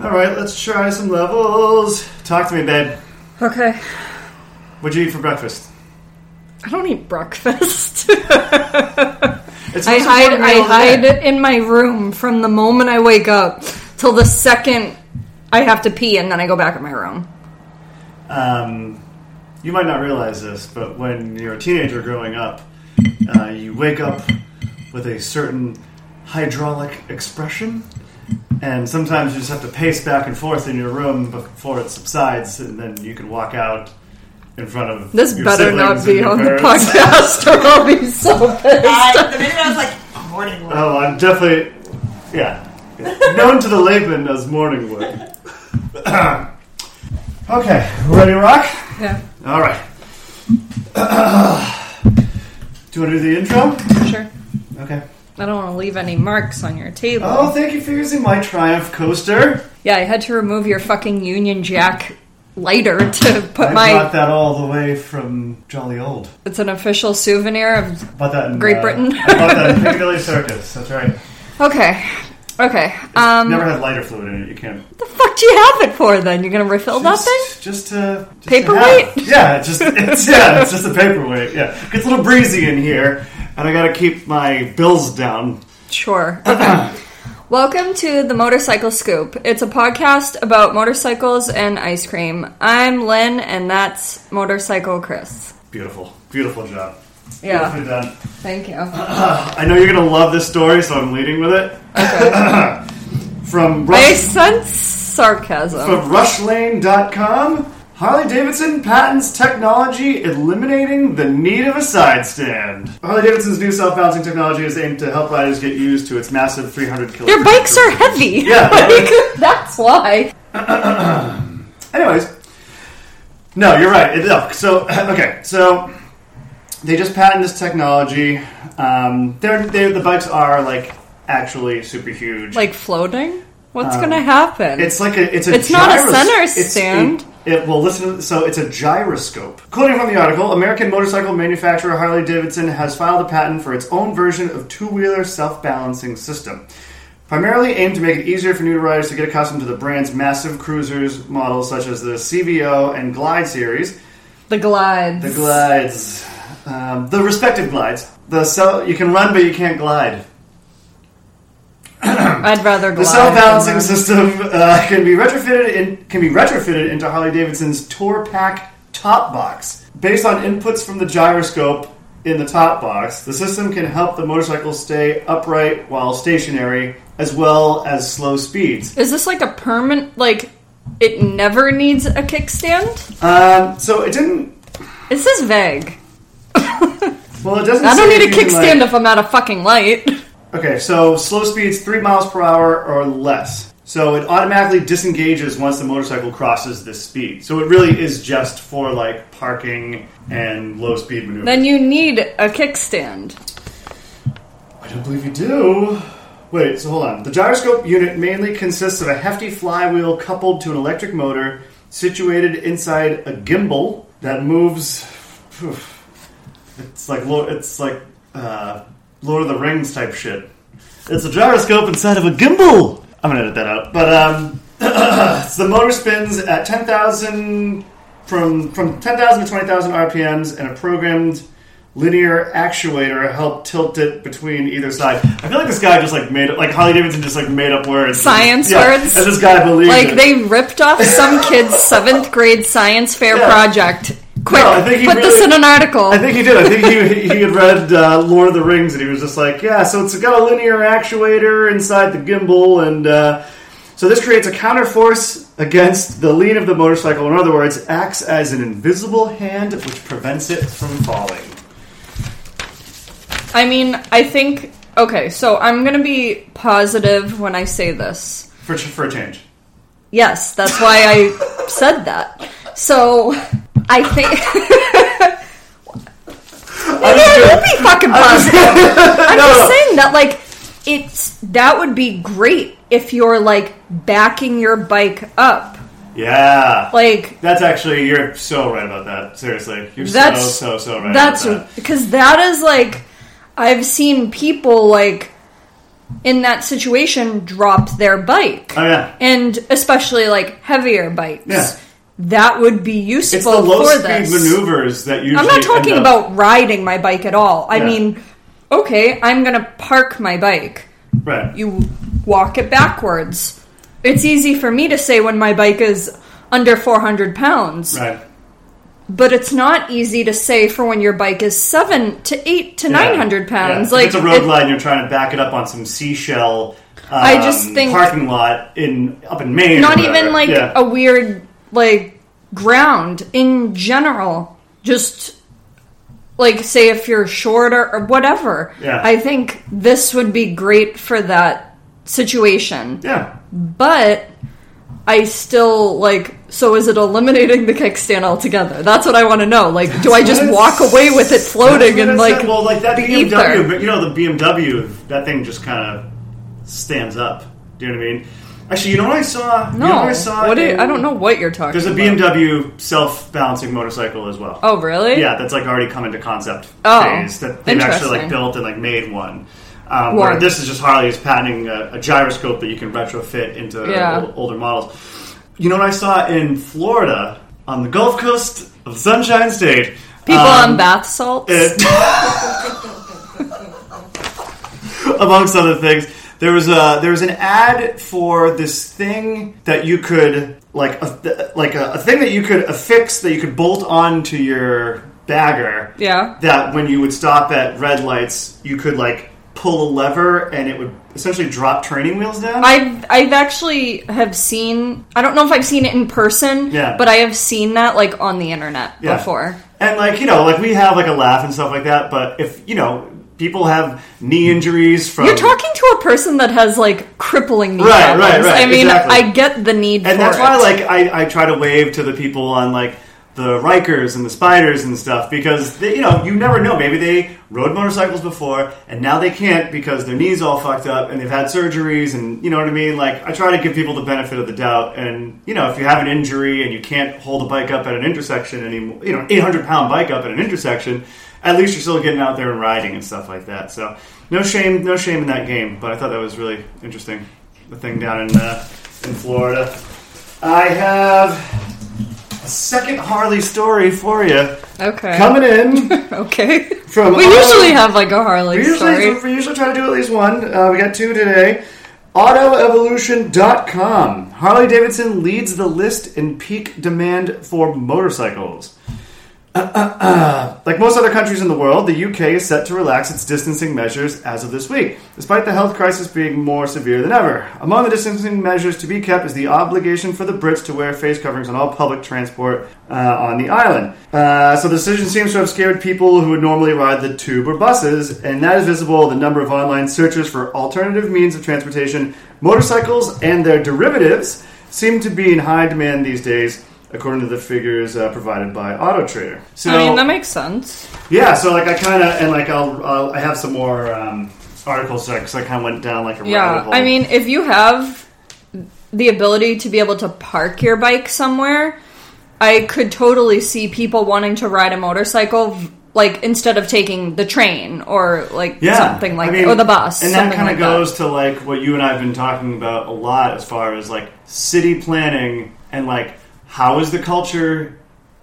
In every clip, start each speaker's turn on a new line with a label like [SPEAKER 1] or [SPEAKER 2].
[SPEAKER 1] All right, let's try some levels. Talk to me, babe.
[SPEAKER 2] Okay.
[SPEAKER 1] What'd you eat for breakfast?
[SPEAKER 2] I don't eat breakfast.
[SPEAKER 1] It's
[SPEAKER 2] I
[SPEAKER 1] also
[SPEAKER 2] hide
[SPEAKER 1] one
[SPEAKER 2] I
[SPEAKER 1] meal a
[SPEAKER 2] hide
[SPEAKER 1] day.
[SPEAKER 2] it in my room from the moment I wake up till the second I have to pee and then I go back in my room.
[SPEAKER 1] Um, you might not realize this, but when you're a teenager growing up, uh, you wake up with a certain hydraulic expression, and sometimes you just have to pace back and forth in your room before it subsides, and then you can walk out in front of
[SPEAKER 2] This
[SPEAKER 1] your
[SPEAKER 2] better not
[SPEAKER 1] siblings and
[SPEAKER 2] be
[SPEAKER 1] your
[SPEAKER 2] on the
[SPEAKER 1] parents.
[SPEAKER 2] podcast or I'll be so pissed.
[SPEAKER 3] I, the minute I was like, morning wood.
[SPEAKER 1] Oh, I'm definitely, yeah, known to the layman as morning wood. okay, ready to rock?
[SPEAKER 2] Yeah,
[SPEAKER 1] All right. do you want to do the intro?
[SPEAKER 2] sure.
[SPEAKER 1] Okay.
[SPEAKER 2] I don't want to leave any marks on your table.
[SPEAKER 1] Oh, thank you for using my Triumph coaster.
[SPEAKER 2] Yeah, I had to remove your fucking Union Jack lighter to put
[SPEAKER 1] I
[SPEAKER 2] my.
[SPEAKER 1] brought that all the way from Jolly Old.
[SPEAKER 2] It's an official souvenir of
[SPEAKER 1] Bought that in
[SPEAKER 2] Great
[SPEAKER 1] uh,
[SPEAKER 2] Britain.
[SPEAKER 1] I bought that in Piccadilly Circus. That's right.
[SPEAKER 2] Okay. Okay. Um,
[SPEAKER 1] Never had lighter fluid in it. You can't.
[SPEAKER 2] what the fuck do you have it for then? You're gonna refill
[SPEAKER 1] Just,
[SPEAKER 2] that
[SPEAKER 1] just to just to
[SPEAKER 2] Paperweight?
[SPEAKER 1] have. yeah, it's just it's yeah, it's just a paperweight. Yeah, gets a little breezy in here, and I gotta keep my bills down.
[SPEAKER 2] thing? Sure. Okay. Welcome to the Motorcycle Scoop. It's a podcast about motorcycles and ice cream. I'm Lynn, and that's Motorcycle Chris.
[SPEAKER 1] Beautiful, beautiful job.
[SPEAKER 2] Yeah.
[SPEAKER 1] Beautifully done.
[SPEAKER 2] Thank you.
[SPEAKER 1] I know you're gonna love this story, so I'm leading with it. From
[SPEAKER 2] I
[SPEAKER 1] Rush,
[SPEAKER 2] sense sarcasm.
[SPEAKER 1] from rushlane.com, Harley Davidson patents technology eliminating the need of a side stand. Harley Davidson's new self-balancing technology is aimed to help riders get used to its massive 300 kilogram.
[SPEAKER 2] Your bikes are heavy.
[SPEAKER 1] Yeah.
[SPEAKER 2] Like, that's why.
[SPEAKER 1] Anyways, no, you're right. It, no, so okay, so they just patented this technology. Um, they're, they the bikes are like actually super huge.
[SPEAKER 2] Like floating? What's gonna happen?
[SPEAKER 1] Uh, It's like a it's a
[SPEAKER 2] It's not a
[SPEAKER 1] gyros-
[SPEAKER 2] center
[SPEAKER 1] it's
[SPEAKER 2] stand.
[SPEAKER 1] a- it, well, listen. So it's a gyroscope. Quoting from the article, American motorcycle manufacturer Harley Davidson has filed a patent for its own version of two-wheeler self-balancing system, primarily aimed to make it easier for new riders to get accustomed to the brand's massive cruisers models such as the CVO and Glide series.
[SPEAKER 2] the glides.
[SPEAKER 1] The glides, um, the respective glides. The so you can run, but you can't glide.
[SPEAKER 2] I'd rather glide.
[SPEAKER 1] The
[SPEAKER 2] than
[SPEAKER 1] self-balancing
[SPEAKER 2] run.
[SPEAKER 1] system uh, can be retrofitted in, can be retrofitted into Harley Davidson's Tour Pack top box. Based on inputs from the gyroscope in the top box, the system can help the motorcycle stay upright while stationary, as well as slow speeds.
[SPEAKER 2] Is this like a permanent? Like, it never needs a kickstand?
[SPEAKER 1] Um, so it didn't.
[SPEAKER 2] This is vague.
[SPEAKER 1] Well, it doesn't.
[SPEAKER 2] I don't
[SPEAKER 1] say
[SPEAKER 2] need a
[SPEAKER 1] if you can,
[SPEAKER 2] kickstand
[SPEAKER 1] like-
[SPEAKER 2] if I'm at a fucking light.
[SPEAKER 1] Okay, so slow speeds three miles per hour or less. So it automatically disengages once the motorcycle crosses this speed. So it really is just for like parking and low speed maneuvers.
[SPEAKER 2] Then you need a kickstand.
[SPEAKER 1] I don't believe you do. Wait, so hold on. The gyroscope unit mainly consists of a hefty flywheel coupled to an electric motor situated inside a gimbal that moves. It's like Lord, it's like uh, Lord of the Rings type shit. It's a gyroscope inside of a gimbal. I'm gonna edit that out. But um, so the motor spins at ten thousand from from ten thousand to twenty thousand RPMs, and a programmed linear actuator help tilt it between either side. I feel like this guy just like made up, like Harley Davidson just like made up words,
[SPEAKER 2] Science
[SPEAKER 1] Yeah,
[SPEAKER 2] words?
[SPEAKER 1] and this guy believed
[SPEAKER 2] Like,
[SPEAKER 1] it.
[SPEAKER 2] they ripped off some kid's seventh grade science fair
[SPEAKER 1] Yeah.
[SPEAKER 2] project. Quick,
[SPEAKER 1] No, I think he
[SPEAKER 2] put this
[SPEAKER 1] really-
[SPEAKER 2] in an article.
[SPEAKER 1] I think he did. I think he, he had read uh, Lord of the Rings, and he was just like, yeah, so it's got a linear actuator inside the gimbal, and uh, so this creates a counterforce against the lean of the motorcycle. In other words, acts as an invisible hand which prevents it from falling.
[SPEAKER 2] I mean, I think. Okay, so I'm gonna be positive when I say this.
[SPEAKER 1] For, ch- for a change.
[SPEAKER 2] Yes, that's why I said that. So I think
[SPEAKER 1] I just feel-
[SPEAKER 2] it would be fucking positive. I'm
[SPEAKER 1] No,
[SPEAKER 2] just
[SPEAKER 1] no.
[SPEAKER 2] saying that like it's that would be great if you're like backing your bike up.
[SPEAKER 1] yeah.
[SPEAKER 2] Like
[SPEAKER 1] That's actually, you're so right about that. Seriously. You're
[SPEAKER 2] That's-
[SPEAKER 1] so, so, so right
[SPEAKER 2] that's
[SPEAKER 1] about that.
[SPEAKER 2] because that is like I've seen people like in that situation drop their bike.
[SPEAKER 1] Oh, yeah.
[SPEAKER 2] And especially like heavier bikes.
[SPEAKER 1] Yeah.
[SPEAKER 2] That would be useful
[SPEAKER 1] It's the low
[SPEAKER 2] for
[SPEAKER 1] speed
[SPEAKER 2] this.
[SPEAKER 1] maneuvers that usually.
[SPEAKER 2] I'm not talking
[SPEAKER 1] end up-
[SPEAKER 2] about riding my bike at all. I
[SPEAKER 1] Yeah.
[SPEAKER 2] mean, okay, I'm going to park my bike.
[SPEAKER 1] Right.
[SPEAKER 2] You walk it backwards. It's easy for me to say when my bike is under 400 pounds,
[SPEAKER 1] Right.
[SPEAKER 2] but it's not easy to say for when your bike is 7 to 8 to
[SPEAKER 1] Yeah.
[SPEAKER 2] 900 pounds.
[SPEAKER 1] Yeah.
[SPEAKER 2] Like
[SPEAKER 1] if it's a road
[SPEAKER 2] it-
[SPEAKER 1] line, you're trying to back it up on some seashell. Um,
[SPEAKER 2] I just think-
[SPEAKER 1] parking lot in up in Maine. or
[SPEAKER 2] not
[SPEAKER 1] whatever.
[SPEAKER 2] even like
[SPEAKER 1] Yeah.
[SPEAKER 2] a weird like ground in general just like say if you're shorter or whatever
[SPEAKER 1] Yeah.
[SPEAKER 2] i think this would be great for that situation
[SPEAKER 1] yeah.
[SPEAKER 2] but i still like so is it eliminating the kickstand altogether that's what i want to know like do i just
[SPEAKER 1] That's-
[SPEAKER 2] walk away with it floating
[SPEAKER 1] That's what
[SPEAKER 2] and
[SPEAKER 1] it
[SPEAKER 2] like
[SPEAKER 1] said. well, like that
[SPEAKER 2] the
[SPEAKER 1] BMW,
[SPEAKER 2] ether?
[SPEAKER 1] but you know the BMW, that thing just kind of stands up. Do you know what I mean? Actually, you know what I saw? you
[SPEAKER 2] no
[SPEAKER 1] know what I saw?
[SPEAKER 2] what do you-
[SPEAKER 1] in-
[SPEAKER 2] i don't know what you're talking
[SPEAKER 1] There's a
[SPEAKER 2] about.
[SPEAKER 1] BMW self-balancing motorcycle as well.
[SPEAKER 2] oh really
[SPEAKER 1] Yeah, that's like already come into concept
[SPEAKER 2] Oh,
[SPEAKER 1] phase that they've actually like
[SPEAKER 2] interesting.
[SPEAKER 1] built and like made one. Um, where
[SPEAKER 2] One.
[SPEAKER 1] this is just Harley is patenting a, a gyroscope that you can retrofit into uh,
[SPEAKER 2] Yeah.
[SPEAKER 1] ol- older models. You know what I saw in Florida on the Gulf Coast of Sunshine State?
[SPEAKER 2] people
[SPEAKER 1] Um,
[SPEAKER 2] on bath salts
[SPEAKER 1] it- amongst other things there was a there was an ad for this thing that you could like a, like a, a thing that you could affix that you could bolt onto your bagger
[SPEAKER 2] yeah
[SPEAKER 1] that when you would stop at red lights you could like pull a lever and it would essentially drop training wheels down
[SPEAKER 2] I've I've actually have seen I don't know if I've seen it in person,
[SPEAKER 1] Yeah.
[SPEAKER 2] but I have seen that like on the internet
[SPEAKER 1] Yeah.
[SPEAKER 2] before.
[SPEAKER 1] And like you know, like we have like a laugh and stuff like that. But if you know, people have knee injuries from
[SPEAKER 2] You're talking to a person that has like crippling knee
[SPEAKER 1] Um, Right, right,
[SPEAKER 2] problems.
[SPEAKER 1] right,
[SPEAKER 2] I mean,
[SPEAKER 1] exactly.
[SPEAKER 2] I get the need
[SPEAKER 1] and
[SPEAKER 2] for
[SPEAKER 1] that's
[SPEAKER 2] it.
[SPEAKER 1] why like I, I try to wave to the people on like the Rikers and the Spiders and stuff because they, you know you never know. Maybe they rode motorcycles before and now they can't because their knees all fucked up and they've had surgeries and you know what I mean. Like I try to give people the benefit of the doubt. And you know if you have an injury and you can't hold a bike up at an intersection anymore, you know eight hundred pound bike up at an intersection. At least you're still getting out there and riding and stuff like that. So no shame, no shame in that game. But I thought that was really interesting. The thing down in uh, in Florida. I have a second Harley story for you.
[SPEAKER 2] okay.
[SPEAKER 1] Coming in
[SPEAKER 2] okay.
[SPEAKER 1] from
[SPEAKER 2] we
[SPEAKER 1] Auto-
[SPEAKER 2] usually have like a Harley
[SPEAKER 1] we usually,
[SPEAKER 2] story.
[SPEAKER 1] we usually try to do at least one. Uh, we got two today. AutoEvolution.com. Harley Davidson leads the list in peak demand for motorcycles. Like most other countries in the world, the UK is set to relax its distancing measures as of this week, despite the health crisis being more severe than ever. Among the distancing measures to be kept is the obligation for the Brits to wear face coverings on all public transport uh, on the island. Uh, so the decision seems to have scared people who would normally ride the tube or buses, and that is visible in the number of online searches for alternative means of transportation. Motorcycles and their derivatives seem to be in high demand these days. According to the figures uh, provided by AutoTrader, so
[SPEAKER 2] I mean, that makes sense.
[SPEAKER 1] yeah, so like I kind of and like I'll, I'll I have some more um, articles because I kind of went down like a rabbit
[SPEAKER 2] Yeah.
[SPEAKER 1] hole.
[SPEAKER 2] I mean, if you have the ability to be able to park your bike somewhere, I could totally see people wanting to ride a motorcycle like instead of taking the train or like something like
[SPEAKER 1] I mean,
[SPEAKER 2] or the bus.
[SPEAKER 1] and that
[SPEAKER 2] something
[SPEAKER 1] kind of
[SPEAKER 2] like
[SPEAKER 1] goes to like what you and I've been talking about a lot as far as like city planning and like how is the culture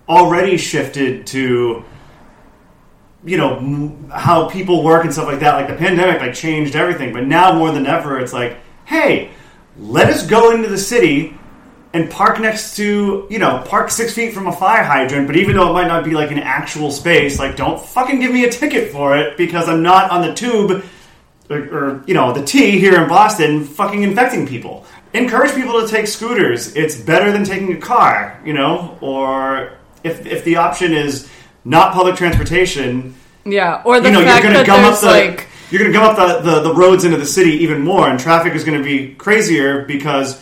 [SPEAKER 1] already shifted to you know m- how people work and stuff like that like the pandemic like changed everything but now more than ever it's like hey let us go into the city and park next to you know park six feet from a fire hydrant but even though it might not be like an actual space like don't fucking give me a ticket for it because i'm not on the tube or, or you know the T here in Boston fucking infecting people. Encourage people to take scooters. It's better than taking a car, you know. Or if if the option is not public transportation,
[SPEAKER 2] that. Yeah, or the
[SPEAKER 1] you know you're
[SPEAKER 2] fact
[SPEAKER 1] going to
[SPEAKER 2] that
[SPEAKER 1] gum up
[SPEAKER 2] there's
[SPEAKER 1] the
[SPEAKER 2] like
[SPEAKER 1] you're going to gum up the, the the roads into the city even more, and traffic is going to be crazier because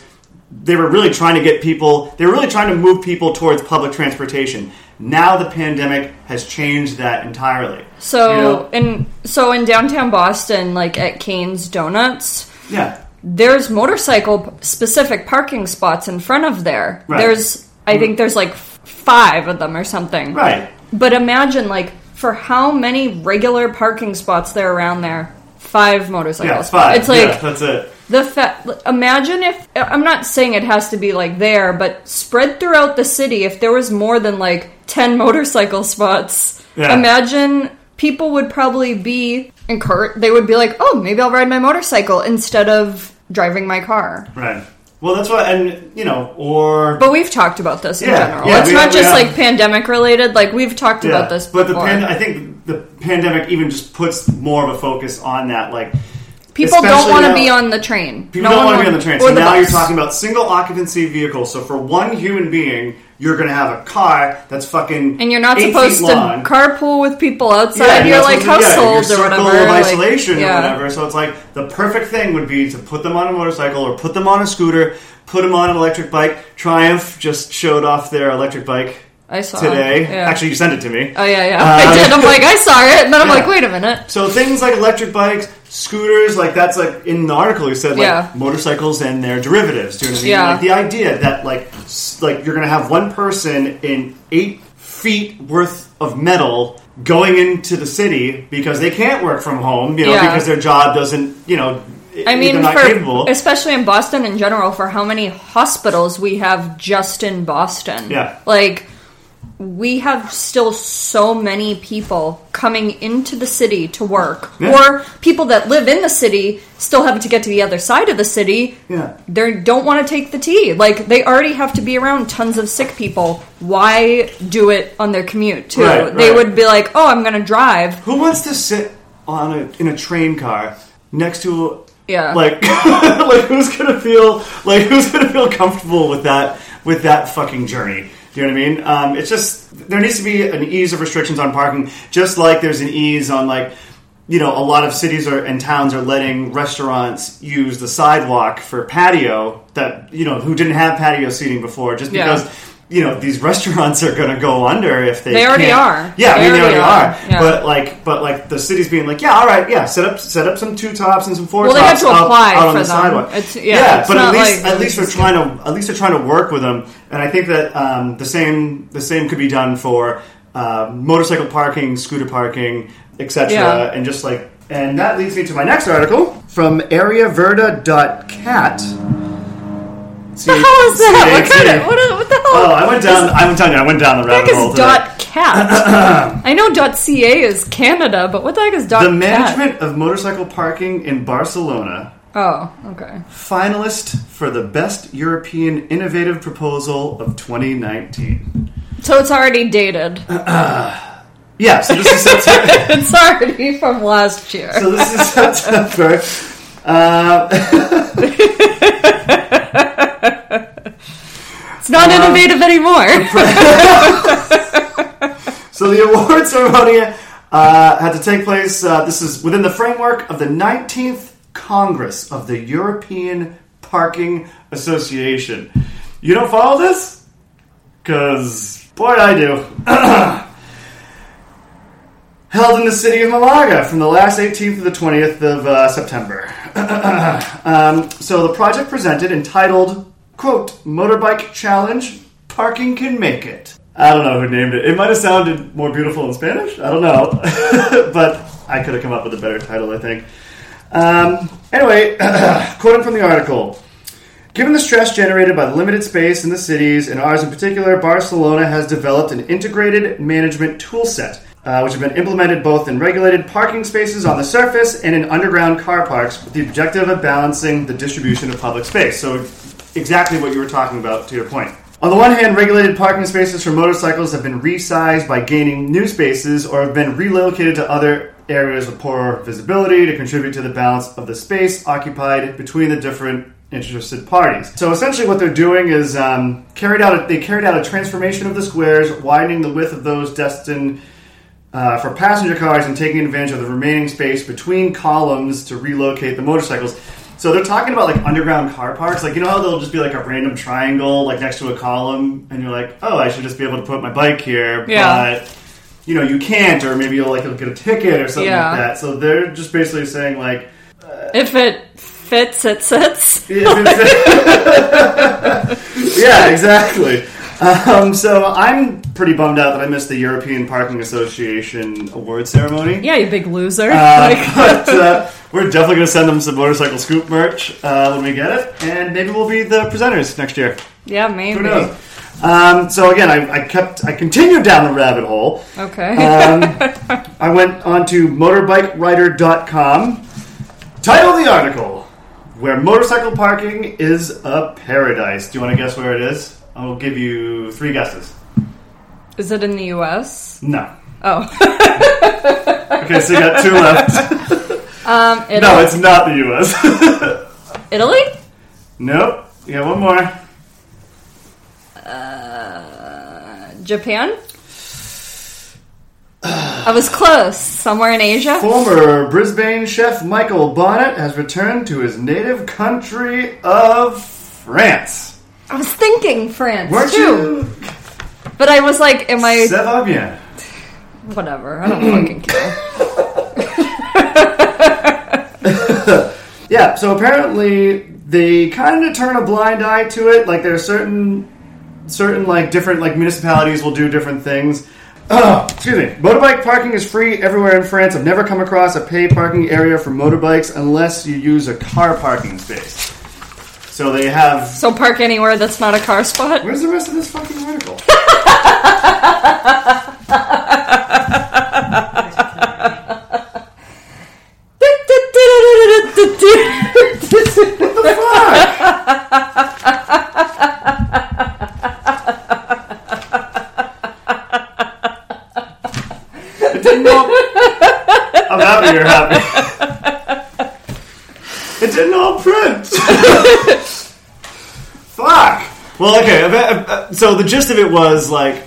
[SPEAKER 1] they were really trying to get people. They were really trying to move people towards public transportation. Now the pandemic has changed that entirely.
[SPEAKER 2] so
[SPEAKER 1] you know?
[SPEAKER 2] in so in downtown Boston, like at Kane's Donuts,
[SPEAKER 1] yeah,
[SPEAKER 2] there's motorcycle specific parking spots in front of there.
[SPEAKER 1] Right.
[SPEAKER 2] There's I think there's like f- five of them or something.
[SPEAKER 1] right.
[SPEAKER 2] But imagine like for how many regular parking spots there are around there. five motorcycles.
[SPEAKER 1] Yeah, it's five.
[SPEAKER 2] It's like
[SPEAKER 1] Yeah, that's it.
[SPEAKER 2] the fa- imagine if I'm not saying it has to be like there, but spread throughout the city. If there was more than like ten motorcycle spots,
[SPEAKER 1] Yeah.
[SPEAKER 2] imagine people would probably be encouraged. They would be like, "Oh, maybe I'll ride my motorcycle instead of driving my car."
[SPEAKER 1] Right. Well, that's what, and you know, or
[SPEAKER 2] But we've talked about this in
[SPEAKER 1] Yeah,
[SPEAKER 2] general.
[SPEAKER 1] yeah,
[SPEAKER 2] it's
[SPEAKER 1] we-
[SPEAKER 2] not
[SPEAKER 1] we
[SPEAKER 2] just
[SPEAKER 1] have-
[SPEAKER 2] like pandemic related. Like we've talked
[SPEAKER 1] yeah.
[SPEAKER 2] about this
[SPEAKER 1] But the
[SPEAKER 2] before.
[SPEAKER 1] pan, I think the pandemic even just puts more of a focus on that. Like
[SPEAKER 2] People don't
[SPEAKER 1] especially
[SPEAKER 2] want to
[SPEAKER 1] now-
[SPEAKER 2] be on the train.
[SPEAKER 1] People
[SPEAKER 2] No
[SPEAKER 1] don't
[SPEAKER 2] one
[SPEAKER 1] want to be on
[SPEAKER 2] wa-
[SPEAKER 1] the train.
[SPEAKER 2] or
[SPEAKER 1] So
[SPEAKER 2] the
[SPEAKER 1] now
[SPEAKER 2] bus.
[SPEAKER 1] you're talking about single occupancy vehicles. So for one human being, you're going to have a car that's fucking
[SPEAKER 2] and you're not
[SPEAKER 1] eight
[SPEAKER 2] supposed
[SPEAKER 1] feet
[SPEAKER 2] to
[SPEAKER 1] long.
[SPEAKER 2] carpool with people
[SPEAKER 1] Yeah,
[SPEAKER 2] outside
[SPEAKER 1] and
[SPEAKER 2] your
[SPEAKER 1] that's
[SPEAKER 2] like
[SPEAKER 1] what- yeah,
[SPEAKER 2] household
[SPEAKER 1] your
[SPEAKER 2] or
[SPEAKER 1] circle
[SPEAKER 2] whatever.
[SPEAKER 1] of
[SPEAKER 2] like,
[SPEAKER 1] isolation
[SPEAKER 2] yeah.
[SPEAKER 1] or whatever. So it's like the perfect thing would be to put them on a motorcycle or put them on a scooter, put them on an electric bike. Triumph just showed off their electric bike
[SPEAKER 2] I saw
[SPEAKER 1] today.
[SPEAKER 2] Yeah.
[SPEAKER 1] Actually, you sent it to me.
[SPEAKER 2] oh yeah, yeah, I did. I'm like, I saw it, and then I'm
[SPEAKER 1] yeah.
[SPEAKER 2] like, wait a minute.
[SPEAKER 1] So things like electric bikes, scooters, like that's like in the article you said, like
[SPEAKER 2] Yeah.
[SPEAKER 1] motorcycles and their derivatives. Do you know what I mean?
[SPEAKER 2] Yeah.
[SPEAKER 1] Like the idea that like s- like you're gonna have one person in eight feet worth of metal going into the city because they can't work from home, you know,
[SPEAKER 2] Yeah.
[SPEAKER 1] because their job doesn't, you know,
[SPEAKER 2] I mean,
[SPEAKER 1] they're not
[SPEAKER 2] for
[SPEAKER 1] capable.
[SPEAKER 2] especially in Boston in general, for how many hospitals we have just in Boston.
[SPEAKER 1] Yeah.
[SPEAKER 2] like we have still so many people coming into the city to work,
[SPEAKER 1] Yeah.
[SPEAKER 2] or people that live in the city still having to get to the other side of the city.
[SPEAKER 1] Yeah.
[SPEAKER 2] they don't want to take the T. Like they already have to be around tons of sick people. Why do it on their commute too?
[SPEAKER 1] Right,
[SPEAKER 2] They
[SPEAKER 1] right.
[SPEAKER 2] would be like, "Oh, I'm going to drive."
[SPEAKER 1] Who wants to sit on a, in a train car next to
[SPEAKER 2] Yeah.
[SPEAKER 1] like like who's gonna feel like who's gonna feel comfortable with that with that fucking journey? Do you know what I mean? Um, it's just there needs to be an ease of restrictions on parking, just like there's an ease on like you know a lot of cities are, and towns are letting restaurants use the sidewalk for patio that you know who didn't have patio seating before just
[SPEAKER 2] Yeah.
[SPEAKER 1] because. You know these restaurants are going to go under if they
[SPEAKER 2] They already
[SPEAKER 1] can't-
[SPEAKER 2] are.
[SPEAKER 1] Yeah, I mean
[SPEAKER 2] They
[SPEAKER 1] they
[SPEAKER 2] already
[SPEAKER 1] already are.
[SPEAKER 2] are. Yeah.
[SPEAKER 1] But like, but like the city's being like, yeah, all right, yeah, set up, set up some two tops and some four
[SPEAKER 2] Well, they have
[SPEAKER 1] tops
[SPEAKER 2] to apply
[SPEAKER 1] out, out on
[SPEAKER 2] for
[SPEAKER 1] the
[SPEAKER 2] them.
[SPEAKER 1] sidewalk.
[SPEAKER 2] It's- yeah, it's
[SPEAKER 1] but
[SPEAKER 2] not
[SPEAKER 1] at least
[SPEAKER 2] like-
[SPEAKER 1] at least we're trying to at least they're trying to work with them, and I think that um, the same the same could be done for uh, motorcycle parking, scooter parking, etc.
[SPEAKER 2] Yeah.
[SPEAKER 1] And just like, and that leads me to my next article from areaverda.cat.
[SPEAKER 2] what the hell is that? What kind of what, what the hell?
[SPEAKER 1] Oh, I went down. I went down. I went down the
[SPEAKER 2] What
[SPEAKER 1] rabbit
[SPEAKER 2] the heck
[SPEAKER 1] hole.
[SPEAKER 2] is
[SPEAKER 1] today.
[SPEAKER 2] dot cat? I know dot ca is Canada, but what the heck is dot
[SPEAKER 1] The
[SPEAKER 2] cat?
[SPEAKER 1] management of motorcycle parking in Barcelona,
[SPEAKER 2] Oh, okay.
[SPEAKER 1] finalist for the best European innovative proposal of 2019.
[SPEAKER 2] So it's already dated.
[SPEAKER 1] Yeah, so this is September.
[SPEAKER 2] it's already from last year.
[SPEAKER 1] so this is September. Uh,
[SPEAKER 2] it's
[SPEAKER 1] uh,
[SPEAKER 2] not innovative anymore.
[SPEAKER 1] so the award ceremony uh, had to take place. Uh, this is within the framework of the 19th Congress of the European Parking Association. You don't follow this? Because, boy, I do. held in the city of Malaga from the last 18th to the 20th of uh, September. um, so the project presented entitled, quote, Motorbike Challenge, Parking Can Make It. I don't know who named it. It might have sounded more beautiful in Spanish. I don't know. but I could have come up with a better title, I think. Um, anyway, quoting from the article. Given the stress generated by the limited space in the cities, and ours in particular, Barcelona has developed an integrated management toolset, uh, which have been implemented both in regulated parking spaces on the surface and in underground car parks, with the objective of balancing the distribution of public space. So, exactly what you were talking about to your point. On the one hand, regulated parking spaces for motorcycles have been resized by gaining new spaces or have been relocated to other areas with poorer visibility to contribute to the balance of the space occupied between the different interested parties. So essentially, what they're doing is um, carried out. A, they carried out a transformation of the squares, widening the width of those destined uh, for passenger cars and taking advantage of the remaining space between columns to relocate the motorcycles. So they're talking about like underground car parks. Like you know how they'll just be like a random triangle, like next to a column, and you're like, oh, I should just be able to put my bike here,
[SPEAKER 2] Yeah.
[SPEAKER 1] but you know you can't, or maybe you'll like you'll get a ticket or something
[SPEAKER 2] Yeah.
[SPEAKER 1] like that. So they're just basically saying like.
[SPEAKER 2] if it fits, it sits.
[SPEAKER 1] yeah, exactly. Um, so I'm pretty bummed out that I missed the European Parking Association award ceremony.
[SPEAKER 2] Yeah, you big loser.
[SPEAKER 1] Uh,
[SPEAKER 2] like,
[SPEAKER 1] but, uh, We're definitely going to send them some motorcycle scoop merch uh, when we get it, and maybe we'll be the presenters next year.
[SPEAKER 2] Yeah, maybe.
[SPEAKER 1] Who knows? Um, so again, I, I kept I continued down the rabbit hole.
[SPEAKER 2] Okay.
[SPEAKER 1] Um, I went on to motorbikerider.com. Title the article: "Where Motorcycle Parking Is a Paradise." Do you want to guess where it is? I'll give you three guesses.
[SPEAKER 2] Is it in the U.S.?
[SPEAKER 1] No.
[SPEAKER 2] Oh,
[SPEAKER 1] Okay, so you got two left.
[SPEAKER 2] um, Italy.
[SPEAKER 1] No, it's not the U.S.
[SPEAKER 2] Italy.
[SPEAKER 1] nope. You got one more.
[SPEAKER 2] Uh, Japan. I was close. Somewhere in Asia.
[SPEAKER 1] Former Brisbane chef Michael Bonnet has returned to his native country of France.
[SPEAKER 2] I was thinking France
[SPEAKER 1] Weren't
[SPEAKER 2] too,
[SPEAKER 1] you?
[SPEAKER 2] but I was like, "Am I
[SPEAKER 1] Ça va bien.
[SPEAKER 2] whatever?" I don't fucking care.
[SPEAKER 1] Yeah, so apparently they kind of turn a blind eye to it. Like there are certain, certain like different like municipalities will do different things. Oh, excuse me. Motorbike parking is free everywhere in France. I've never come across a paid parking area for motorbikes unless you use a car parking space. So they have
[SPEAKER 2] So park anywhere that's not a car spot.
[SPEAKER 1] Where's the rest of this fucking article? What the fuck? I didn't all... I'm happy you're happy. It didn't all print. fuck. Well, okay. I- I- I- So the gist of it was like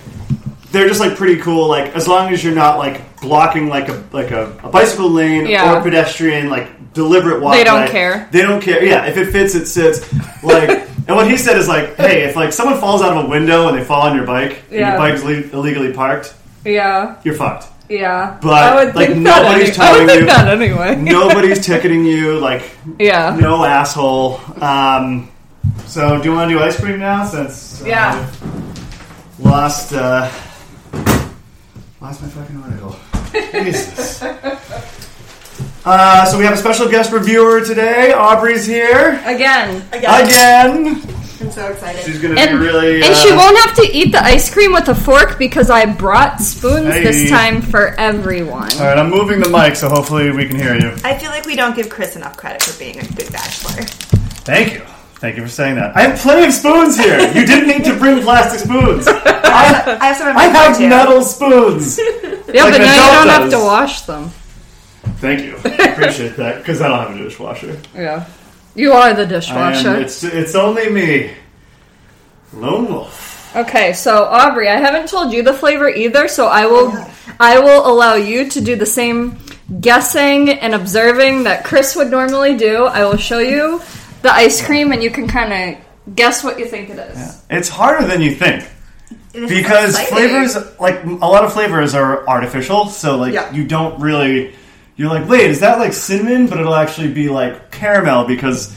[SPEAKER 1] they're just like pretty cool. Like as long as you're not like blocking like a like a, a bicycle lane
[SPEAKER 2] Yeah.
[SPEAKER 1] or pedestrian, like deliberate walk.
[SPEAKER 2] They don't care.
[SPEAKER 1] They don't care. Yeah, if it fits, it sits. Like, and what he said is like, hey, if like someone falls out of a window and they fall on your bike and
[SPEAKER 2] Yeah.
[SPEAKER 1] your bike's le- illegally parked,
[SPEAKER 2] yeah,
[SPEAKER 1] you're fucked.
[SPEAKER 2] yeah.
[SPEAKER 1] But,
[SPEAKER 2] I would
[SPEAKER 1] like,
[SPEAKER 2] think that
[SPEAKER 1] nobody's
[SPEAKER 2] any- I
[SPEAKER 1] telling
[SPEAKER 2] would think
[SPEAKER 1] you.
[SPEAKER 2] that anyway.
[SPEAKER 1] Nobody's ticketing you. Like,
[SPEAKER 2] Yeah.
[SPEAKER 1] no asshole. Um, so, do you want to do ice cream now? Since uh,
[SPEAKER 2] Yeah.
[SPEAKER 1] I've lost uh, lost my fucking article. Jesus. Uh, so we have a special guest reviewer today. Aubrey's here
[SPEAKER 2] Again.
[SPEAKER 3] Again,
[SPEAKER 1] again.
[SPEAKER 3] I'm so excited.
[SPEAKER 1] She's gonna
[SPEAKER 2] And,
[SPEAKER 1] be really.
[SPEAKER 2] and
[SPEAKER 1] uh,
[SPEAKER 2] she won't have to eat the ice cream with a fork because I brought spoons
[SPEAKER 1] Hey. Uh,
[SPEAKER 2] this time for everyone.
[SPEAKER 1] All right, I'm moving the mic, so hopefully we can hear you.
[SPEAKER 3] I feel like we don't give Chris enough credit for being a good bachelor.
[SPEAKER 1] Thank you. Thank you for saying that. I have plenty of spoons here. You didn't need to bring plastic spoons. I,
[SPEAKER 3] I have some in
[SPEAKER 1] I
[SPEAKER 3] my car
[SPEAKER 1] have
[SPEAKER 3] too.
[SPEAKER 1] metal spoons.
[SPEAKER 2] Yeah,
[SPEAKER 1] Like
[SPEAKER 2] but
[SPEAKER 1] an
[SPEAKER 2] now you
[SPEAKER 1] adult
[SPEAKER 2] don't have to
[SPEAKER 1] does.
[SPEAKER 2] wash them.
[SPEAKER 1] Thank you. Appreciate that because I don't have a dishwasher.
[SPEAKER 2] Yeah. You are the
[SPEAKER 1] I am-
[SPEAKER 2] dishwasher.
[SPEAKER 1] it's it's only me. Lone wolf.
[SPEAKER 2] Okay, so Aubrey, I haven't told you the flavor either, so I will I will allow you to do the same guessing and observing that Chris would normally do. I will show you the ice cream and you can kind of guess what you think it is.
[SPEAKER 1] It's harder than you think
[SPEAKER 3] This is
[SPEAKER 1] because
[SPEAKER 3] exciting.
[SPEAKER 1] flavors, like a lot of flavors, are artificial. So like
[SPEAKER 3] Yeah.
[SPEAKER 1] you don't really. You're like, wait, is that like cinnamon? But it'll actually be like caramel because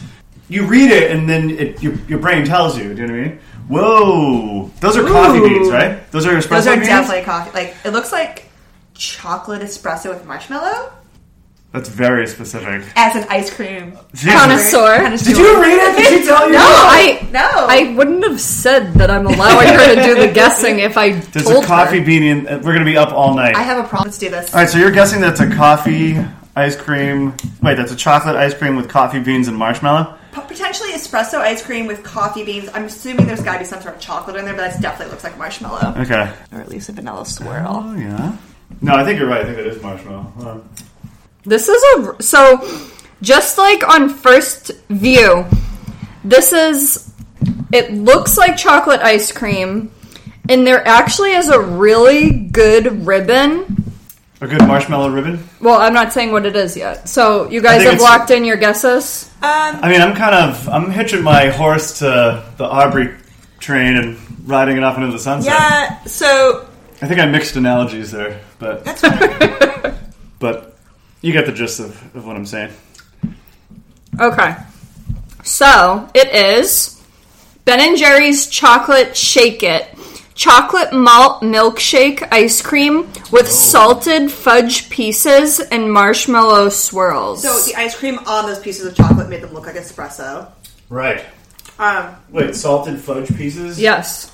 [SPEAKER 1] you read it and then it, your, your brain tells you. Do you know what I mean? Whoa, those are coffee
[SPEAKER 2] Ooh.
[SPEAKER 1] beans, right? Those are espresso
[SPEAKER 3] Those are
[SPEAKER 1] beans.
[SPEAKER 3] definitely coffee. Like it looks like chocolate espresso with marshmallow
[SPEAKER 1] That's very specific.
[SPEAKER 3] as an ice cream.
[SPEAKER 2] Connoisseur.
[SPEAKER 3] Connoisseur.
[SPEAKER 1] Did you read it? Did she tell you?
[SPEAKER 2] No, I
[SPEAKER 3] No.
[SPEAKER 2] I wouldn't have said that I'm allowing her to do the guessing if I
[SPEAKER 1] There's
[SPEAKER 2] told
[SPEAKER 1] a coffee
[SPEAKER 2] her.
[SPEAKER 1] bean in. We're gonna be up all night.
[SPEAKER 3] I have a problem. Let's do this.
[SPEAKER 1] all right, so you're guessing that's a coffee ice cream. Wait, that's a chocolate ice cream with coffee beans and marshmallow.
[SPEAKER 3] P- Potentially espresso ice cream with coffee beans. I'm assuming there's got to be some sort of chocolate in there, but that definitely looks like marshmallow,
[SPEAKER 1] Okay.
[SPEAKER 3] or at least a vanilla swirl.
[SPEAKER 1] Oh yeah. No, I think you're right. I think that is marshmallow. Hold on.
[SPEAKER 2] This is a so just like on first view, this is it looks like chocolate ice cream, and there actually is a really good ribbon.
[SPEAKER 1] A good marshmallow ribbon.
[SPEAKER 2] Well, I'm not saying what it is yet. So you guys
[SPEAKER 1] think
[SPEAKER 2] have
[SPEAKER 1] it's-
[SPEAKER 2] locked in your guesses.
[SPEAKER 3] Um,
[SPEAKER 1] I mean, I'm kind of I'm hitching my horse to the Aubrey train and riding it off into the sunset.
[SPEAKER 3] yeah. So
[SPEAKER 1] I think I mixed analogies there, but
[SPEAKER 3] that's fine.
[SPEAKER 1] but you get the gist of, of what I'm saying.
[SPEAKER 2] Okay, so it is Ben and Jerry's chocolate shake it. Chocolate malt milkshake ice cream with salted fudge pieces and marshmallow swirls.
[SPEAKER 3] So the ice cream on those pieces of chocolate made them look like espresso.
[SPEAKER 1] Right.
[SPEAKER 3] Um,
[SPEAKER 1] Wait, salted fudge pieces?
[SPEAKER 2] yes.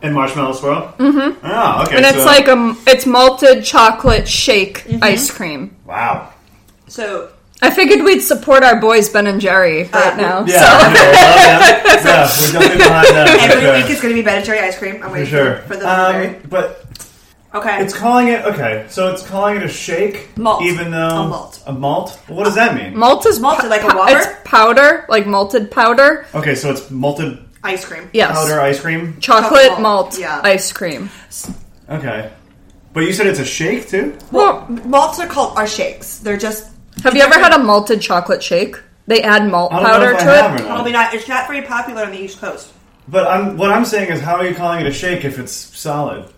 [SPEAKER 1] And marshmallow swirl? Mm-hmm. Oh, okay.
[SPEAKER 2] And it's
[SPEAKER 1] so-
[SPEAKER 2] like a m- it's malted chocolate shake
[SPEAKER 3] Mm-hmm.
[SPEAKER 2] ice cream.
[SPEAKER 1] Wow.
[SPEAKER 3] so
[SPEAKER 2] I figured we'd support our boys Ben and Jerry
[SPEAKER 3] Uh,
[SPEAKER 2] right now.
[SPEAKER 1] Yeah, I know, I love that. yeah, we're jumping behind that. for
[SPEAKER 3] every
[SPEAKER 1] sure.
[SPEAKER 3] week is going to be Ben and Jerry ice cream. I'm
[SPEAKER 1] for
[SPEAKER 3] waiting
[SPEAKER 1] sure.
[SPEAKER 3] for the
[SPEAKER 1] um,
[SPEAKER 3] blueberry.
[SPEAKER 1] but
[SPEAKER 3] Okay,
[SPEAKER 1] it's calling it okay. So it's calling it a shake,
[SPEAKER 3] Malt.
[SPEAKER 1] even though
[SPEAKER 3] A malt.
[SPEAKER 1] A malt. What does that mean?
[SPEAKER 2] Malt is
[SPEAKER 3] Malted
[SPEAKER 2] po-
[SPEAKER 3] like a
[SPEAKER 2] po-
[SPEAKER 3] wafer?
[SPEAKER 2] It's powder, like malted powder.
[SPEAKER 1] Okay, so it's malted
[SPEAKER 3] ice cream.
[SPEAKER 2] Yes.
[SPEAKER 1] powder ice cream.
[SPEAKER 2] Chocolate,
[SPEAKER 3] Chocolate malt,
[SPEAKER 2] malt
[SPEAKER 3] yeah.
[SPEAKER 2] ice cream.
[SPEAKER 1] Okay, but you said it's a shake too.
[SPEAKER 3] Well, malts are called are shakes. They're just
[SPEAKER 2] Have you ever had a malted chocolate shake? They add malt
[SPEAKER 1] I don't know
[SPEAKER 2] powder
[SPEAKER 1] if I
[SPEAKER 2] to
[SPEAKER 1] have
[SPEAKER 2] it.
[SPEAKER 1] or not.
[SPEAKER 3] probably not. It's not very popular on the East Coast.
[SPEAKER 1] But I'm what I'm saying is, how are you calling it a shake if it's solid?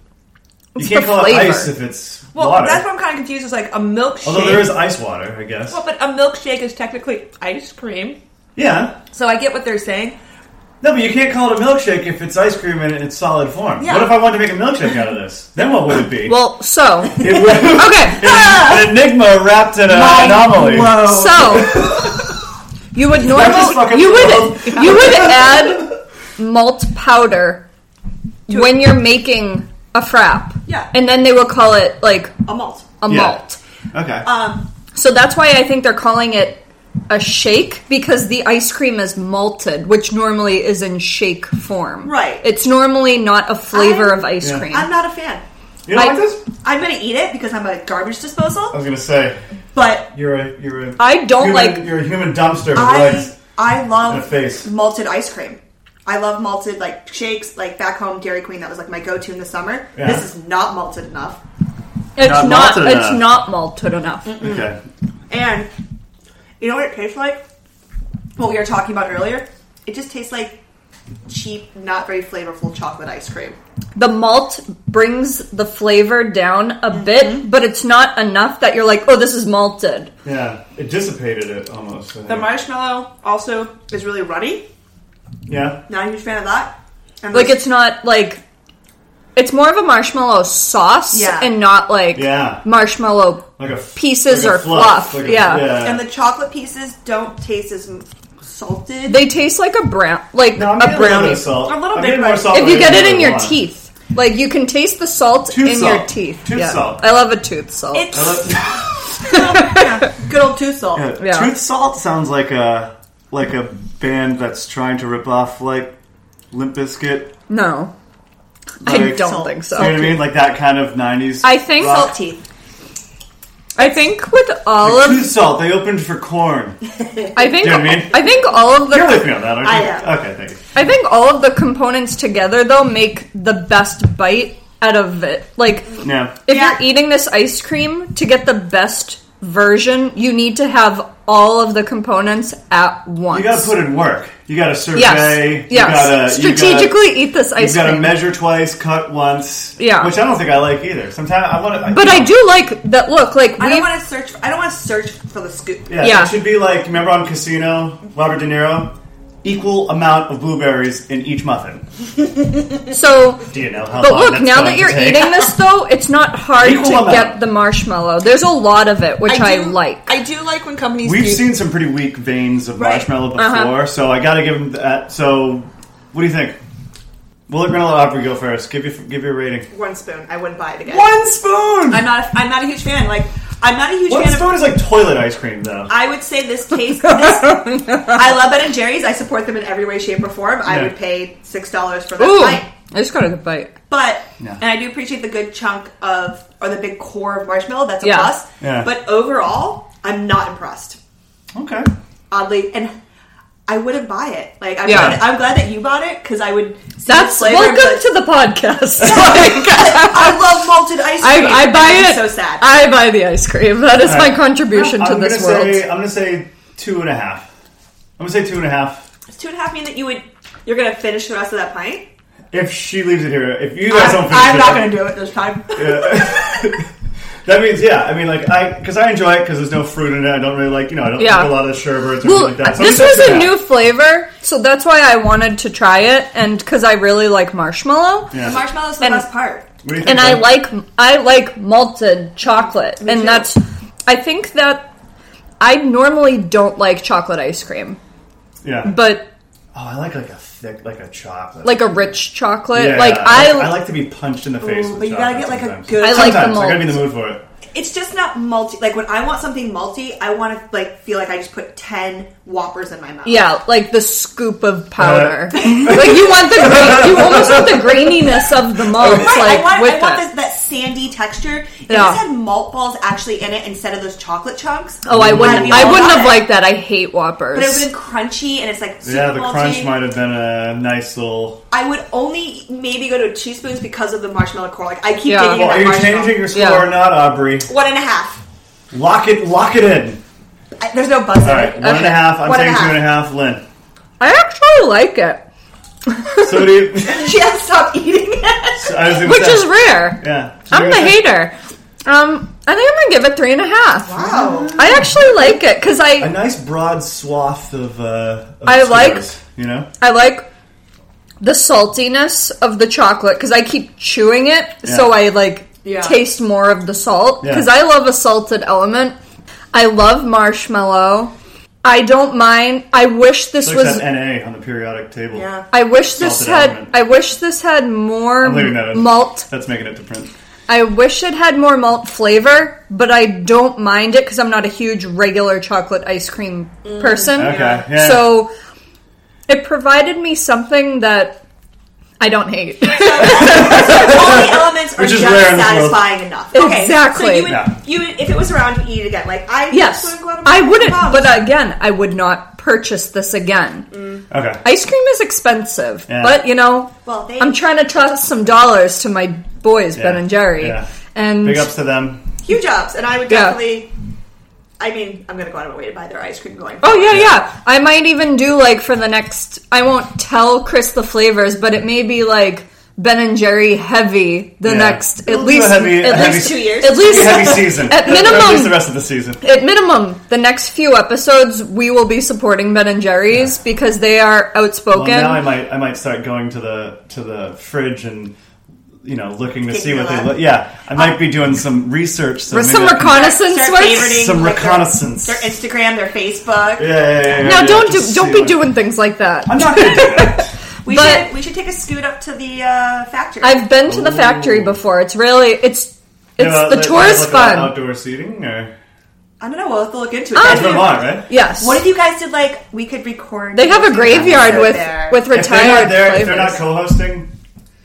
[SPEAKER 2] It's
[SPEAKER 1] you can't
[SPEAKER 2] the
[SPEAKER 1] call it
[SPEAKER 2] flavor.
[SPEAKER 1] ice if it's
[SPEAKER 3] Well,
[SPEAKER 1] water.
[SPEAKER 3] that's what I'm kind of confused. Is like a milkshake.
[SPEAKER 1] Although there is ice water, I guess.
[SPEAKER 3] Well, but a milkshake is technically ice cream.
[SPEAKER 1] yeah.
[SPEAKER 3] So I get what they're saying.
[SPEAKER 1] No, but you can't call it a milkshake if it's ice cream in its solid form.
[SPEAKER 3] Yeah.
[SPEAKER 1] What if I wanted to make a milkshake out of this? Then what would it be?
[SPEAKER 2] Well, so
[SPEAKER 1] it would,
[SPEAKER 2] okay,
[SPEAKER 1] an enigma wrapped in an anomaly.
[SPEAKER 2] so you would
[SPEAKER 1] just
[SPEAKER 2] normally
[SPEAKER 1] fucking
[SPEAKER 2] you would
[SPEAKER 1] blows.
[SPEAKER 2] you would add malt powder when you're making a frap.
[SPEAKER 3] Yeah.
[SPEAKER 2] and then they will call it like
[SPEAKER 3] A malt.
[SPEAKER 2] a
[SPEAKER 1] Yeah.
[SPEAKER 2] malt.
[SPEAKER 1] Okay.
[SPEAKER 2] Uh,
[SPEAKER 3] Um,
[SPEAKER 2] So that's why I think they're calling it a shake because the ice cream is malted, which normally is in shake form.
[SPEAKER 3] Right.
[SPEAKER 2] It's normally not a flavor
[SPEAKER 3] I'm-
[SPEAKER 2] of ice
[SPEAKER 1] Yeah.
[SPEAKER 2] cream.
[SPEAKER 3] I'm not a fan.
[SPEAKER 1] you don't
[SPEAKER 2] I-
[SPEAKER 1] like this?
[SPEAKER 3] I'm gonna eat it because I'm a garbage
[SPEAKER 1] I
[SPEAKER 3] disposal.
[SPEAKER 1] was gonna say
[SPEAKER 3] But
[SPEAKER 1] you're a you're a
[SPEAKER 2] I don't
[SPEAKER 1] human,
[SPEAKER 2] like-
[SPEAKER 1] you're a human dumpster with
[SPEAKER 3] I
[SPEAKER 1] legs.
[SPEAKER 3] I
[SPEAKER 1] And a
[SPEAKER 3] love
[SPEAKER 1] face.
[SPEAKER 3] malted ice cream. I love malted like shakes. Like back home, Dairy Queen that was like my go-to in the summer.
[SPEAKER 1] Yeah.
[SPEAKER 3] This is not malted enough,
[SPEAKER 2] it's
[SPEAKER 1] Not
[SPEAKER 2] not,
[SPEAKER 1] malted
[SPEAKER 2] it's
[SPEAKER 1] enough.
[SPEAKER 2] not malted enough.
[SPEAKER 1] Okay.
[SPEAKER 3] and you know what it tastes like? What we were talking about earlier. It just tastes like cheap, not very flavorful chocolate ice cream.
[SPEAKER 2] The malt brings the flavor down a bit, but it's not enough that you're like, oh, this is malted.
[SPEAKER 1] Yeah. It dissipated it almost. I
[SPEAKER 3] The
[SPEAKER 1] think.
[SPEAKER 3] marshmallow also is really runny.
[SPEAKER 1] yeah.
[SPEAKER 3] Not a huge fan of that. And
[SPEAKER 2] Like
[SPEAKER 3] this-
[SPEAKER 2] it's not like it's more of a marshmallow sauce
[SPEAKER 3] Yeah.
[SPEAKER 2] and not like
[SPEAKER 1] Yeah.
[SPEAKER 2] marshmallow
[SPEAKER 1] Like a f-
[SPEAKER 2] Pieces
[SPEAKER 1] like a
[SPEAKER 2] or fluff,
[SPEAKER 1] like a-
[SPEAKER 2] yeah.
[SPEAKER 3] and the chocolate pieces don't taste as m- salted.
[SPEAKER 2] They taste like a brown, like
[SPEAKER 1] no, I'm
[SPEAKER 2] a
[SPEAKER 1] getting a little bit
[SPEAKER 2] brownie.
[SPEAKER 1] of salt.
[SPEAKER 3] A little
[SPEAKER 1] I'm
[SPEAKER 3] bit,
[SPEAKER 1] getting more
[SPEAKER 3] but-
[SPEAKER 1] salt
[SPEAKER 2] If
[SPEAKER 1] than
[SPEAKER 2] you
[SPEAKER 1] I
[SPEAKER 2] get it
[SPEAKER 1] really
[SPEAKER 2] in your
[SPEAKER 1] want.
[SPEAKER 2] teeth, like you can taste the salt
[SPEAKER 1] Tooth
[SPEAKER 2] in
[SPEAKER 1] salt.
[SPEAKER 2] your teeth.
[SPEAKER 1] Tooth
[SPEAKER 2] yeah.
[SPEAKER 1] salt.
[SPEAKER 2] I love a tooth salt.
[SPEAKER 3] it's
[SPEAKER 1] I love-
[SPEAKER 3] yeah, good old tooth salt.
[SPEAKER 1] Yeah,
[SPEAKER 2] Yeah.
[SPEAKER 1] Truth Salt sounds like a like a band that's trying to rip off like Limp Bizkit.
[SPEAKER 2] no, I
[SPEAKER 1] Like-
[SPEAKER 2] don't
[SPEAKER 3] Salt.
[SPEAKER 2] think
[SPEAKER 1] You know what I
[SPEAKER 2] so.
[SPEAKER 1] mean? Like that kind of '90s.
[SPEAKER 2] I think
[SPEAKER 1] rock.
[SPEAKER 3] Salt teeth.
[SPEAKER 2] I think with all
[SPEAKER 1] Like,
[SPEAKER 2] of
[SPEAKER 1] Truth Salt. They opened for Corn.
[SPEAKER 2] I think
[SPEAKER 1] You know what I mean?
[SPEAKER 2] I think all of
[SPEAKER 1] You're with
[SPEAKER 2] the
[SPEAKER 1] me on that, aren't you?
[SPEAKER 3] I am.
[SPEAKER 1] Okay, thank you.
[SPEAKER 2] I think all of the components together though make the best bite out of it. Like
[SPEAKER 1] Yeah.
[SPEAKER 2] if
[SPEAKER 3] Yeah.
[SPEAKER 2] you're eating this ice cream to get the best version, you need to have all of the components at once.
[SPEAKER 1] You got to put in work. You got to survey.
[SPEAKER 2] Yes.
[SPEAKER 1] You gotta,
[SPEAKER 2] yes. Strategically eat this
[SPEAKER 1] You
[SPEAKER 2] ice
[SPEAKER 1] got to
[SPEAKER 2] cream.
[SPEAKER 1] measure twice, cut once.
[SPEAKER 2] Yeah.
[SPEAKER 1] Which I don't think I like either. Sometimes I want to.
[SPEAKER 2] But I do like that look. Like
[SPEAKER 3] I
[SPEAKER 2] we
[SPEAKER 3] don't want to search. I don't want to search for the scoop.
[SPEAKER 1] Yeah,
[SPEAKER 2] Yeah.
[SPEAKER 1] It should be like remember on Casino, Robert De Niro, equal amount of blueberries in each muffin.
[SPEAKER 2] so.
[SPEAKER 1] Do you know how?
[SPEAKER 2] But
[SPEAKER 1] long
[SPEAKER 2] look,
[SPEAKER 1] Oh, that's
[SPEAKER 2] now
[SPEAKER 1] going
[SPEAKER 2] that
[SPEAKER 1] to
[SPEAKER 2] you're
[SPEAKER 1] take?
[SPEAKER 2] eating this, though, it's not hard
[SPEAKER 1] Equal
[SPEAKER 2] to
[SPEAKER 1] amount.
[SPEAKER 2] get the marshmallow. There's a lot of it, which I,
[SPEAKER 3] do-
[SPEAKER 2] like.
[SPEAKER 3] I do like when companies.
[SPEAKER 1] We've
[SPEAKER 3] do-
[SPEAKER 1] seen some pretty weak veins of
[SPEAKER 3] Right.
[SPEAKER 1] marshmallow
[SPEAKER 2] Uh-huh.
[SPEAKER 1] before, so I got to give him that. So, what do you think? We'll let Granola Opry go first. Give your give your rating.
[SPEAKER 3] one spoon. I wouldn't buy it again.
[SPEAKER 1] One spoon.
[SPEAKER 3] I'm not. A, I'm not a huge fan. Like I'm not a huge
[SPEAKER 1] One
[SPEAKER 3] fan of.
[SPEAKER 1] spoon is like toilet ice cream, though.
[SPEAKER 3] I would say this tastes. This, I love Ben and Jerry's. I support them in every way, shape, or form. I
[SPEAKER 1] Yeah.
[SPEAKER 3] would pay six dollars for that
[SPEAKER 2] Ooh,
[SPEAKER 3] pint.
[SPEAKER 2] I just got a good bite.
[SPEAKER 3] But
[SPEAKER 1] Yeah.
[SPEAKER 3] and I do appreciate the good chunk of or the big core of marshmallow. That's a
[SPEAKER 2] Yeah.
[SPEAKER 3] plus.
[SPEAKER 1] Yeah.
[SPEAKER 3] But overall, I'm not impressed.
[SPEAKER 1] Okay.
[SPEAKER 3] Oddly, and I wouldn't buy it. Like I'm,
[SPEAKER 2] Yeah.
[SPEAKER 3] glad, I'm glad that you bought it because I would. see
[SPEAKER 2] That's
[SPEAKER 3] the flavor Oh and be
[SPEAKER 2] welcome
[SPEAKER 3] like,
[SPEAKER 2] to the podcast. Like,
[SPEAKER 3] I love malted ice
[SPEAKER 2] I,
[SPEAKER 3] cream.
[SPEAKER 2] I buy
[SPEAKER 3] That'd be
[SPEAKER 2] it.
[SPEAKER 3] So sad.
[SPEAKER 2] I buy the ice cream. That is
[SPEAKER 1] All right.
[SPEAKER 2] my contribution to
[SPEAKER 1] I'm
[SPEAKER 2] this
[SPEAKER 1] gonna
[SPEAKER 2] world.
[SPEAKER 1] say I'm gonna say two and a half. I'm gonna say two and a half.
[SPEAKER 3] Does two and a half mean that you would you're gonna finish the rest of that pint?
[SPEAKER 1] If she leaves it here, if you guys don't
[SPEAKER 3] I'm,
[SPEAKER 1] finish
[SPEAKER 3] I'm
[SPEAKER 1] it,
[SPEAKER 3] not gonna do it this time.
[SPEAKER 1] That means, yeah. I mean, like I, because I enjoy it because there's no fruit in it. I don't really like, you know, I don't
[SPEAKER 2] Yeah.
[SPEAKER 1] like a lot of the sherbets or
[SPEAKER 2] Well,
[SPEAKER 1] anything like that. So
[SPEAKER 2] this
[SPEAKER 1] I think
[SPEAKER 2] was
[SPEAKER 1] that's
[SPEAKER 2] a
[SPEAKER 1] bad.
[SPEAKER 2] new flavor, so that's why I wanted to try it, and because I really like marshmallow.
[SPEAKER 1] Yeah.
[SPEAKER 3] The marshmallow's the
[SPEAKER 2] And-
[SPEAKER 3] best part.
[SPEAKER 4] What do you think?
[SPEAKER 2] and I
[SPEAKER 4] Mike?
[SPEAKER 2] like I like malted chocolate, and
[SPEAKER 3] too.
[SPEAKER 2] that's I think that I normally don't like chocolate ice cream,
[SPEAKER 4] Yeah.
[SPEAKER 2] but
[SPEAKER 1] Oh, I like like a thick, like a chocolate.
[SPEAKER 2] like a rich chocolate,
[SPEAKER 1] Yeah,
[SPEAKER 2] like I,
[SPEAKER 1] I like to be punched in the face.
[SPEAKER 3] Ooh,
[SPEAKER 1] with
[SPEAKER 3] but you gotta
[SPEAKER 1] chocolate
[SPEAKER 3] get, like, a
[SPEAKER 1] sometimes.
[SPEAKER 3] good-
[SPEAKER 2] I like the
[SPEAKER 1] Sometimes I gotta be in the
[SPEAKER 2] malt.
[SPEAKER 1] mood for it.
[SPEAKER 3] It's just not multi. Like when I want something multi, I want to like feel like I just put ten whoppers in my mouth.
[SPEAKER 2] yeah, like the scoop of powder.
[SPEAKER 1] Uh,
[SPEAKER 2] like you want the gra- you almost want the graininess of the malt,
[SPEAKER 3] Right,
[SPEAKER 2] like
[SPEAKER 3] I want,
[SPEAKER 2] with
[SPEAKER 3] I want
[SPEAKER 2] it.
[SPEAKER 3] this, that sandy texture. If
[SPEAKER 2] Yeah.
[SPEAKER 3] this had malt balls actually in it instead of those chocolate chunks.
[SPEAKER 2] Oh, I wouldn't.
[SPEAKER 3] be
[SPEAKER 2] I
[SPEAKER 3] all
[SPEAKER 2] wouldn't
[SPEAKER 3] about
[SPEAKER 2] have
[SPEAKER 3] it.
[SPEAKER 2] liked that. I hate Whoppers.
[SPEAKER 3] But it would have been crunchy, and it's like super
[SPEAKER 1] Yeah, the
[SPEAKER 3] malty.
[SPEAKER 1] crunch might have been a nice little.
[SPEAKER 3] I would only maybe go to two spoons because of the marshmallow core. Like I keep
[SPEAKER 2] Yeah.
[SPEAKER 3] digging
[SPEAKER 1] Well, are
[SPEAKER 3] in that
[SPEAKER 1] you
[SPEAKER 3] marshmallow.
[SPEAKER 1] changing your score
[SPEAKER 2] Yeah.
[SPEAKER 1] or not, Aubrey?
[SPEAKER 3] One and a half.
[SPEAKER 1] Lock it, lock it in.
[SPEAKER 3] I, there's no buzz. in
[SPEAKER 1] All right,
[SPEAKER 3] it.
[SPEAKER 1] one and a
[SPEAKER 2] Okay.
[SPEAKER 1] half. I'm
[SPEAKER 3] One and
[SPEAKER 1] saying
[SPEAKER 3] a
[SPEAKER 1] two and a half. Lynn.
[SPEAKER 2] I actually like it,
[SPEAKER 1] So do you?
[SPEAKER 3] She has to stop eating it.
[SPEAKER 1] I was gonna
[SPEAKER 2] which
[SPEAKER 1] say,
[SPEAKER 2] is rare.
[SPEAKER 1] yeah.
[SPEAKER 2] I'm the
[SPEAKER 1] You're-
[SPEAKER 2] hater. Um, I think I'm gonna give it three and a half.
[SPEAKER 3] Wow.
[SPEAKER 2] I actually like it because
[SPEAKER 1] A
[SPEAKER 2] I
[SPEAKER 1] nice broad swath of. Uh, of
[SPEAKER 2] I like-
[SPEAKER 1] Skittles, You know.
[SPEAKER 2] I like the saltiness of the chocolate because I keep chewing it, so
[SPEAKER 1] Yeah.
[SPEAKER 2] I like
[SPEAKER 3] Yeah.
[SPEAKER 2] taste more of the salt
[SPEAKER 1] Yeah.
[SPEAKER 2] because I love a salted element. I love marshmallow. I don't mind. I wish this
[SPEAKER 1] It's like
[SPEAKER 2] was.
[SPEAKER 1] that NA on the periodic table.
[SPEAKER 3] Yeah.
[SPEAKER 2] I wish this
[SPEAKER 1] Salted
[SPEAKER 2] had.
[SPEAKER 1] element.
[SPEAKER 2] I wish this had more
[SPEAKER 1] I'm leaving that in.
[SPEAKER 2] malt.
[SPEAKER 1] That's making it to print.
[SPEAKER 2] I wish it had more malt flavor, but I don't mind it because I'm not a huge regular chocolate ice cream person.
[SPEAKER 1] Mm. Okay. Yeah.
[SPEAKER 2] So it provided me something that I don't hate.
[SPEAKER 3] All the elements are
[SPEAKER 1] Which is
[SPEAKER 3] just
[SPEAKER 1] rare in this world.
[SPEAKER 3] satisfying enough. Okay,
[SPEAKER 2] Exactly.
[SPEAKER 3] So you would,
[SPEAKER 1] Yeah.
[SPEAKER 3] you would, if it was around, you would eat it again. Like I,
[SPEAKER 2] yes.
[SPEAKER 3] wouldn't go out of my
[SPEAKER 2] I wouldn't,
[SPEAKER 3] mouth.
[SPEAKER 2] but again, I would not purchase this again.
[SPEAKER 1] Mm. Okay.
[SPEAKER 2] Ice cream is expensive,
[SPEAKER 1] Yeah.
[SPEAKER 2] but you know,
[SPEAKER 3] well, they,
[SPEAKER 2] I'm trying to trust some dollars to my boys, Ben
[SPEAKER 1] Yeah.
[SPEAKER 2] and Jerry.
[SPEAKER 1] Yeah.
[SPEAKER 2] And
[SPEAKER 1] Big ups to them.
[SPEAKER 3] huge jobs, and I would
[SPEAKER 2] Yeah.
[SPEAKER 3] definitely. I mean, I'm gonna go out of my way to buy their ice cream going.
[SPEAKER 2] Oh yeah, yeah. I might even do like for the next. I won't tell Chris the flavors, but it may be like Ben and Jerry heavy the
[SPEAKER 1] Yeah.
[SPEAKER 2] next
[SPEAKER 1] We'll
[SPEAKER 2] at
[SPEAKER 1] do a
[SPEAKER 2] least
[SPEAKER 1] heavy-
[SPEAKER 2] at
[SPEAKER 1] a heavy-
[SPEAKER 2] least
[SPEAKER 3] two years.
[SPEAKER 2] at least
[SPEAKER 1] Heavy season.
[SPEAKER 2] At
[SPEAKER 1] At least the
[SPEAKER 2] minimum,
[SPEAKER 1] rest of the season.
[SPEAKER 2] at minimum, the next few episodes we will be supporting Ben and Jerry's because they are outspoken.
[SPEAKER 1] Well, now I might I might start going to the to the fridge and you know looking to
[SPEAKER 3] Taking
[SPEAKER 1] see
[SPEAKER 3] a
[SPEAKER 1] what they
[SPEAKER 3] look.
[SPEAKER 1] look. Yeah, I might be doing some research. So
[SPEAKER 2] some
[SPEAKER 1] maybe I can-
[SPEAKER 2] reconnaissance
[SPEAKER 3] Start
[SPEAKER 2] work.
[SPEAKER 3] favoriting
[SPEAKER 1] Some
[SPEAKER 3] like, their-
[SPEAKER 1] reconnaissance.
[SPEAKER 3] Their, Instagram, their Facebook.
[SPEAKER 1] Yeah, yeah, yeah, yeah,
[SPEAKER 2] Now
[SPEAKER 1] yeah,
[SPEAKER 2] don't do,
[SPEAKER 1] just
[SPEAKER 2] don't
[SPEAKER 1] see
[SPEAKER 2] be
[SPEAKER 1] what-
[SPEAKER 2] doing things like that.
[SPEAKER 1] I'm not going to do that.
[SPEAKER 3] We
[SPEAKER 2] But-
[SPEAKER 3] should we should take a scoot up to the uh, factory.
[SPEAKER 2] I've been to the factory before. It's really it's it's
[SPEAKER 1] Oh. Yeah,
[SPEAKER 2] the
[SPEAKER 1] like,
[SPEAKER 2] tourist
[SPEAKER 1] like, like,
[SPEAKER 2] fun.
[SPEAKER 1] Outdoor seating or
[SPEAKER 3] I don't know. We'll have to look into it.
[SPEAKER 2] Ah.
[SPEAKER 1] it's Vermont, right?
[SPEAKER 2] Yes.
[SPEAKER 3] What if you guys did like we could record?
[SPEAKER 2] They have a graveyard
[SPEAKER 3] episode
[SPEAKER 2] with
[SPEAKER 3] there.
[SPEAKER 2] with
[SPEAKER 1] If they're
[SPEAKER 2] retired
[SPEAKER 1] not there, if they're not
[SPEAKER 2] flavors.
[SPEAKER 1] co-hosting,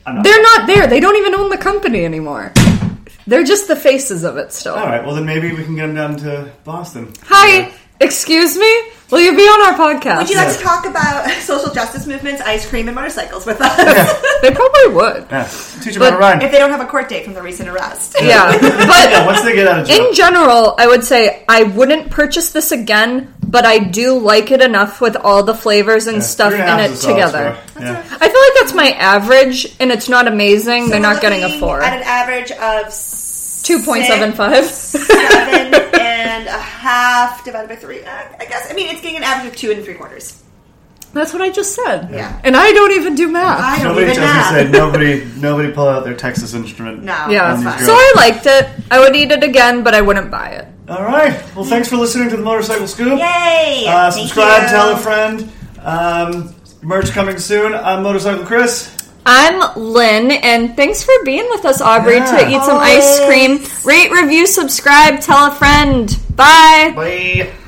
[SPEAKER 1] I'm not.
[SPEAKER 2] They're not there. They don't even own the company anymore. They're just the faces of it still.
[SPEAKER 1] All right. Well, then maybe we can get them down to Boston.
[SPEAKER 2] Hi, excuse me. Will you be on our podcast?
[SPEAKER 3] Would you like to talk about social justice movements, ice cream, and motorcycles with us?
[SPEAKER 2] they probably would.
[SPEAKER 1] Yeah. Teach them how
[SPEAKER 2] But
[SPEAKER 1] to ride.
[SPEAKER 3] if they don't have a court date from the recent arrest.
[SPEAKER 2] Yeah,
[SPEAKER 1] yeah,
[SPEAKER 2] but
[SPEAKER 1] once they get out of jail.
[SPEAKER 2] in general, I would say I wouldn't purchase this again, but I do like it enough with all the flavors and
[SPEAKER 1] Yeah,
[SPEAKER 2] stuff
[SPEAKER 1] three
[SPEAKER 2] in
[SPEAKER 1] and a half
[SPEAKER 2] it
[SPEAKER 1] is a solid
[SPEAKER 2] together.
[SPEAKER 1] score. Yeah.
[SPEAKER 2] I feel like that's my average, and it's not amazing. They're not getting a
[SPEAKER 3] Looking
[SPEAKER 2] four.
[SPEAKER 3] At an average of two
[SPEAKER 2] Two point seven five.
[SPEAKER 3] seven and a half divided by three. Uh, I guess. I mean, it's getting an average of two and three quarters.
[SPEAKER 2] That's what I just said.
[SPEAKER 3] Yeah.
[SPEAKER 2] And I don't even do math.
[SPEAKER 3] I don't
[SPEAKER 1] Nobody
[SPEAKER 3] even
[SPEAKER 1] tells
[SPEAKER 3] know.
[SPEAKER 1] me Uh, said nobody nobody pull out their Texas instrument.
[SPEAKER 3] No.
[SPEAKER 2] Yeah.
[SPEAKER 1] On these
[SPEAKER 3] that's
[SPEAKER 2] So
[SPEAKER 1] girls.
[SPEAKER 2] I
[SPEAKER 3] fine.
[SPEAKER 2] liked it. I would eat it again, but I wouldn't buy it.
[SPEAKER 1] All right. Well, thanks for listening to the Motorcycle Scoop.
[SPEAKER 3] Yay!
[SPEAKER 1] Uh,
[SPEAKER 3] Thank
[SPEAKER 1] subscribe,
[SPEAKER 3] you.
[SPEAKER 1] tell a friend. Um, merch coming soon. I'm Motorcycle Chris.
[SPEAKER 2] I'm Lynn, and thanks for being with us, Aubrey, to
[SPEAKER 1] Yeah.
[SPEAKER 2] eat some ice cream. Rate, review, subscribe, tell a friend. Bye.
[SPEAKER 1] Bye.